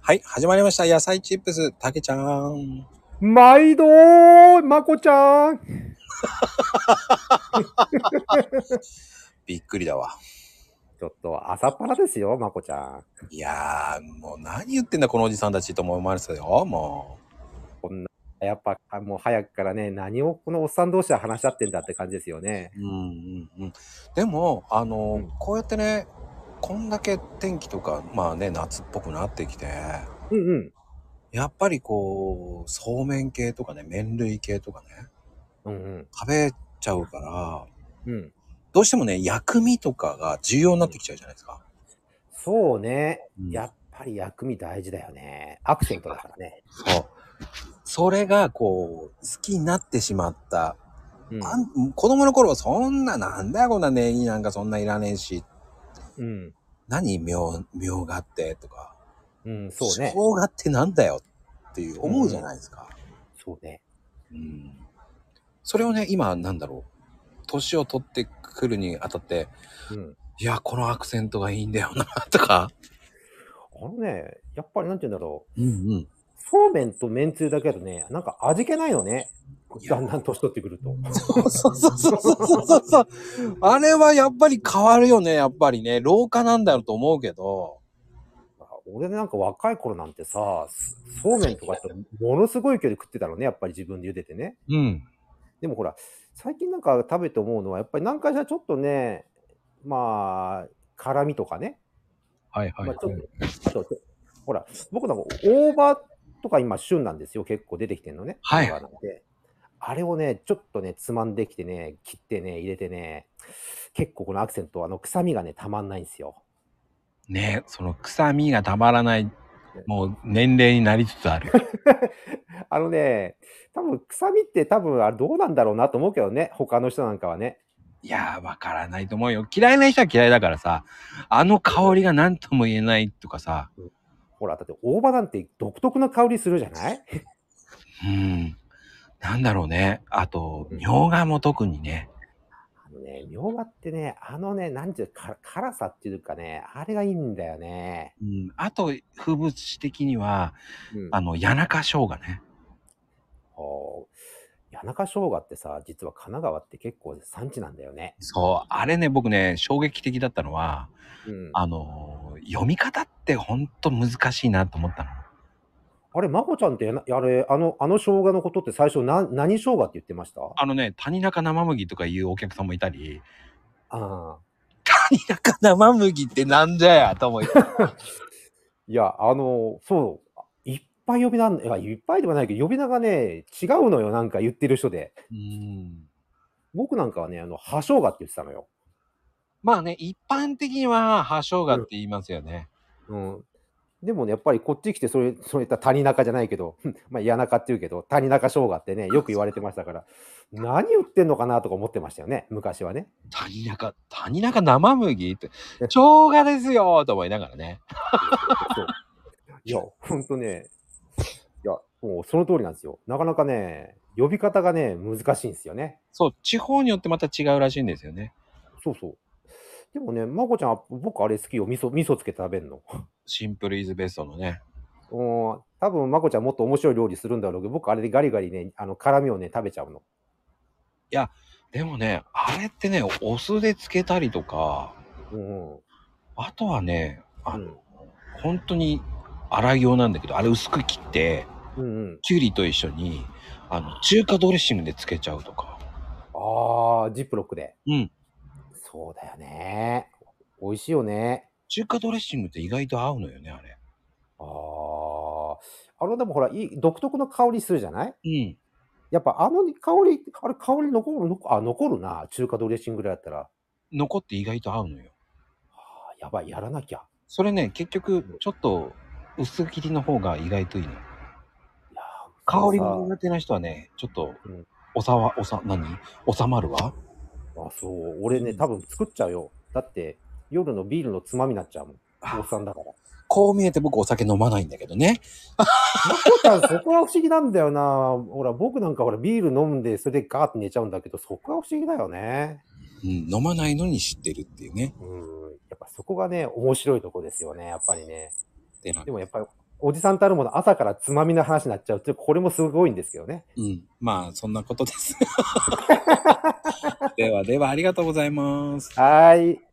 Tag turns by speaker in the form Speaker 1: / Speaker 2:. Speaker 1: はい、始まりました。野菜チップス、たけちゃん。
Speaker 2: 毎度ーまこちゃん
Speaker 1: びっくりだわ。
Speaker 2: ちょっと朝っぱらですよ、まこちゃん。
Speaker 1: いやー、もう何言ってんだ、このおじさんたちとも思われてたよ、も
Speaker 2: こんな、やっぱあもう早くからね、何をこのおっさん同士で話し合ってんだって感じですよね。
Speaker 1: う。うんうんうん。でも、あの、
Speaker 2: うん
Speaker 1: こうやってね、こんだけ天気とか、まあね、夏っぽくなってきて、
Speaker 2: うんうん。
Speaker 1: やっぱりこう、そうめん系とかね、麺類系とかね、
Speaker 2: うんうん。
Speaker 1: 食べちゃうから、
Speaker 2: うん。
Speaker 1: どうしてもね、薬味とかが重要になってきちゃうじゃないですか。
Speaker 2: そうね。
Speaker 1: うん
Speaker 2: やっぱり薬味大事だよね。アクセントだからね。
Speaker 1: そう。それが、こう、好きになってしまった
Speaker 2: うん。
Speaker 1: あん子供の頃はそんな、なんだよ、こんなネギなんかそんないらねえし、
Speaker 2: うん。
Speaker 1: 何、みょう、みょうがってとか、
Speaker 2: うん、そうね
Speaker 1: 生。姜ってなんだよっていう思うじゃないですか。
Speaker 2: そうね。
Speaker 1: うん。それをね、今、なんだろう。年を取ってくるにあたって、
Speaker 2: うん。
Speaker 1: いや、このアクセントがいいんだよな、とか。
Speaker 2: あのね、やっぱりなんて言うんだろう。
Speaker 1: うんうん。
Speaker 2: そうめんとめんつゆだけだとね、なんか味気ないよね。だんだん年取ってくると。
Speaker 1: そうそうそうそうそうそうそう。あれはやっぱり変わるよね、やっぱりね。老化なんだろうと思うけど。
Speaker 2: 俺なんか若い頃なんてさ、そそうめんとかってものすごい勢いで食ってたのね、やっぱり自分で茹でてね。
Speaker 1: うん。
Speaker 2: でもほら、最近なんか食べて思うのは、やっぱり何回かしらちょっとね、まあ、辛みとかね。
Speaker 1: はいは
Speaker 2: まあ、ちょっと、あとちょほら、僕なんか大葉とか今旬なんですよ、結構出てきてるのね。
Speaker 1: はい
Speaker 2: 大葉なんであれをね、ちょっとね、つまんできてね、切ってね、入れてね、結構このアクセント、あの、臭みがね、たまんないんですよ。
Speaker 1: ねその臭みがたまらないもう年齢になりつつある
Speaker 2: あのね、多分臭みって多分あれどうなんだろうなと思うけどね、他の人なんかはね。
Speaker 1: いやーわからないと思うよ嫌いな人は嫌いだからさあの香りが何とも言えないとかさ
Speaker 2: ほら、だって大葉なんて独特な香りするじゃない
Speaker 1: うんなんだろうねあと
Speaker 2: うん
Speaker 1: みょうがも特にね
Speaker 2: あのね、みょうがってね、あのね、なんていうか、辛さっていうかね、あれがいいんだよね。
Speaker 1: うんあと風物詩的には
Speaker 2: うん、
Speaker 1: あの谷中生姜ね
Speaker 2: お谷中生姜ってさ、実は神奈川って結構産地なんだよね。
Speaker 1: そうあれね僕ね衝撃的だったのは
Speaker 2: うん、あ
Speaker 1: あのー読み方ってほんと難しいなと思ったの
Speaker 2: れ、まこちゃんってやな、あれ、あの、あの生姜のことって最初な、何生姜って言ってましたあ
Speaker 1: あのね谷中生麦とかいうお客さんもいたり
Speaker 2: あ。
Speaker 1: 谷中生麦ってなんじゃやと思い
Speaker 2: いや、あの、そう、いっぱい呼びなん、いや、いっぱいではないけど、呼び名がね、違うのよ、なんか言ってる人で。
Speaker 1: うん
Speaker 2: 僕なんかはね、あの、葉生姜って言ってたのよ。
Speaker 1: まあね一般的には葉生姜って言いますよね、
Speaker 2: うん。でもね、やっぱりこっち来て、それ、それ言ったら谷中じゃないけど、 まあ、谷中って言うけど、谷中生姜ってね、よく言われてましたから、何言ってんのかなとか思ってましたよね、昔はね。
Speaker 1: 谷中谷中生麦って生姜ですよと思いながらね
Speaker 2: そういや、ほんとね、いや、もうその通りなんですよ。なかなかね、呼び方がね、難しいんですよね。
Speaker 1: そう地方によってまた違うらしいんですよね
Speaker 2: そうそう。でもね、まこちゃん、僕あれ好きよ。味噌、味噌つけて食べんの。
Speaker 1: シンプルイズベストのね
Speaker 2: うん、多分まこちゃんもっと面白い料理するんだろうけど、僕あれでガリガリね、あの、辛みをね、食べちゃうの。
Speaker 1: でもねあれってねお酢でつけたりとか
Speaker 2: うんうん。
Speaker 1: あとはねあ
Speaker 2: う
Speaker 1: の、
Speaker 2: ん
Speaker 1: 本当に洗い用なんだけどあれ薄く切って
Speaker 2: うんうん。
Speaker 1: キュウリと一緒にあの中華ドレッシングでつけちゃうとか
Speaker 2: あー、ジップロックで。
Speaker 1: うん
Speaker 2: そうだよね。美味しいよね。
Speaker 1: 中華ドレッシングって意外と合うのよね、あれ。
Speaker 2: あー。あの、でもほら、いい独特の香りするじゃない
Speaker 1: うん。
Speaker 2: やっぱあの香り、あれ香り残る、残あ、残るな。中華ドレッシングぐらいだったら。
Speaker 1: 残って意外と合うのよ。
Speaker 2: あーやばい、やらなきゃ。
Speaker 1: それね、結局、ちょっと薄切りの方が意外といいの。
Speaker 2: いや
Speaker 1: 香り
Speaker 2: が
Speaker 1: が苦手な人はね、ちょっと
Speaker 2: うん、
Speaker 1: おさわ、おさ、何収まるわ。
Speaker 2: あ、そう。俺ね、
Speaker 1: うん
Speaker 2: 多分作っちゃうよ。だって、夜のビールのつまみになっちゃうもん。おっさんだから。
Speaker 1: こう見えて僕お酒飲まないんだけどね。
Speaker 2: まこちゃん、そこは不思議なんだよな。ほら、僕なんかほら、ビール飲んで、それでガーって寝ちゃうんだけど、そこは不思議だよね。
Speaker 1: うん、飲まないのに知ってるっていうね。
Speaker 2: うん。やっぱそこがね、面白いとこですよね、やっぱりね。
Speaker 1: でなん
Speaker 2: でもやっぱり、おじさんたるもの朝からつまみの話になっちゃうって、これもすごいんですけどね。
Speaker 1: うん。まあ、そん なことです。ではでは、ありがとうございます。
Speaker 2: はーい。